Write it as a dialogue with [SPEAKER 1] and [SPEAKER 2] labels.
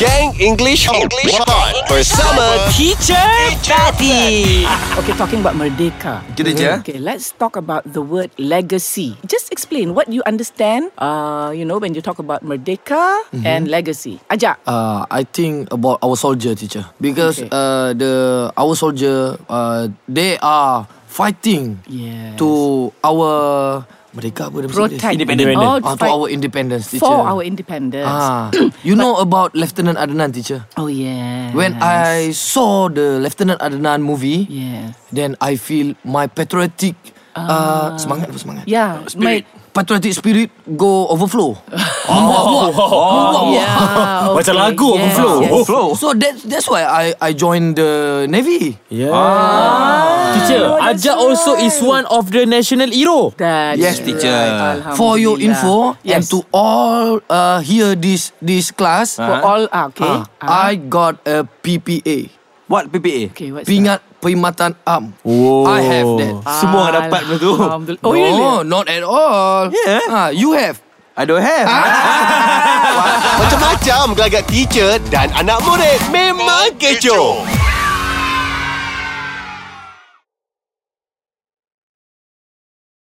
[SPEAKER 1] Gang English English Hot Oh, bersama
[SPEAKER 2] Teacher Fatty.
[SPEAKER 3] Okay, talking about merdeka.
[SPEAKER 1] Kita je.
[SPEAKER 3] Okay, let's talk about the word legacy. Just explain what you understand. Uh, you know, when you talk about merdeka and legacy. Ajak.
[SPEAKER 4] Uh, I think about our soldier teacher because
[SPEAKER 3] Okay.
[SPEAKER 4] uh, the our soldier uh, they are fighting
[SPEAKER 3] Yes.
[SPEAKER 4] to our mereka apa dia maksud dia?
[SPEAKER 3] Protect.
[SPEAKER 2] Independence.
[SPEAKER 3] Oh,
[SPEAKER 4] Ah, to
[SPEAKER 3] fight
[SPEAKER 4] our independence teacher.
[SPEAKER 3] For our independence.
[SPEAKER 4] Ah, you know about Lieutenant Adnan teacher.
[SPEAKER 3] Oh, yeah.
[SPEAKER 4] When I saw the Lieutenant Adnan movie,
[SPEAKER 3] Yes.
[SPEAKER 4] then I feel my patriotic
[SPEAKER 3] Ah.
[SPEAKER 4] uh, semangat apa semangat?
[SPEAKER 3] Yeah.
[SPEAKER 2] Spirit.
[SPEAKER 3] my-
[SPEAKER 4] Patriotic spirit go overflow. Oh. Menguap-nguap. Menguap-nguap.
[SPEAKER 3] Oh, yeah, okay.
[SPEAKER 2] Macam lagu
[SPEAKER 3] yes,
[SPEAKER 2] overflow.
[SPEAKER 3] yes.
[SPEAKER 2] Overflow.
[SPEAKER 4] So that that's why I I joined the navy.
[SPEAKER 2] Yeah. Teacher,
[SPEAKER 3] Oh, that's
[SPEAKER 2] Ajak also
[SPEAKER 3] right.
[SPEAKER 2] is one of the national hero.
[SPEAKER 3] That's
[SPEAKER 4] Yes,
[SPEAKER 1] teacher.
[SPEAKER 3] right.
[SPEAKER 4] For your info
[SPEAKER 3] Alhamdulillah.
[SPEAKER 4] and to all uh, here this this class,
[SPEAKER 3] For all, ah, okay.
[SPEAKER 4] uh, I got a PPA,
[SPEAKER 5] What PPA?
[SPEAKER 3] okay, what's that?
[SPEAKER 4] pingat perkhidmatan am.
[SPEAKER 2] Oh.
[SPEAKER 4] I have that.
[SPEAKER 5] Semua orang dapat benda tu.
[SPEAKER 3] Alhamdulillah. Oh,
[SPEAKER 4] no,
[SPEAKER 3] really?
[SPEAKER 4] not at all.
[SPEAKER 5] Yeah.
[SPEAKER 4] Ah, you have.
[SPEAKER 5] I don't have.
[SPEAKER 1] Macam-macam gelagat teacher dan anak murid Memang kecoh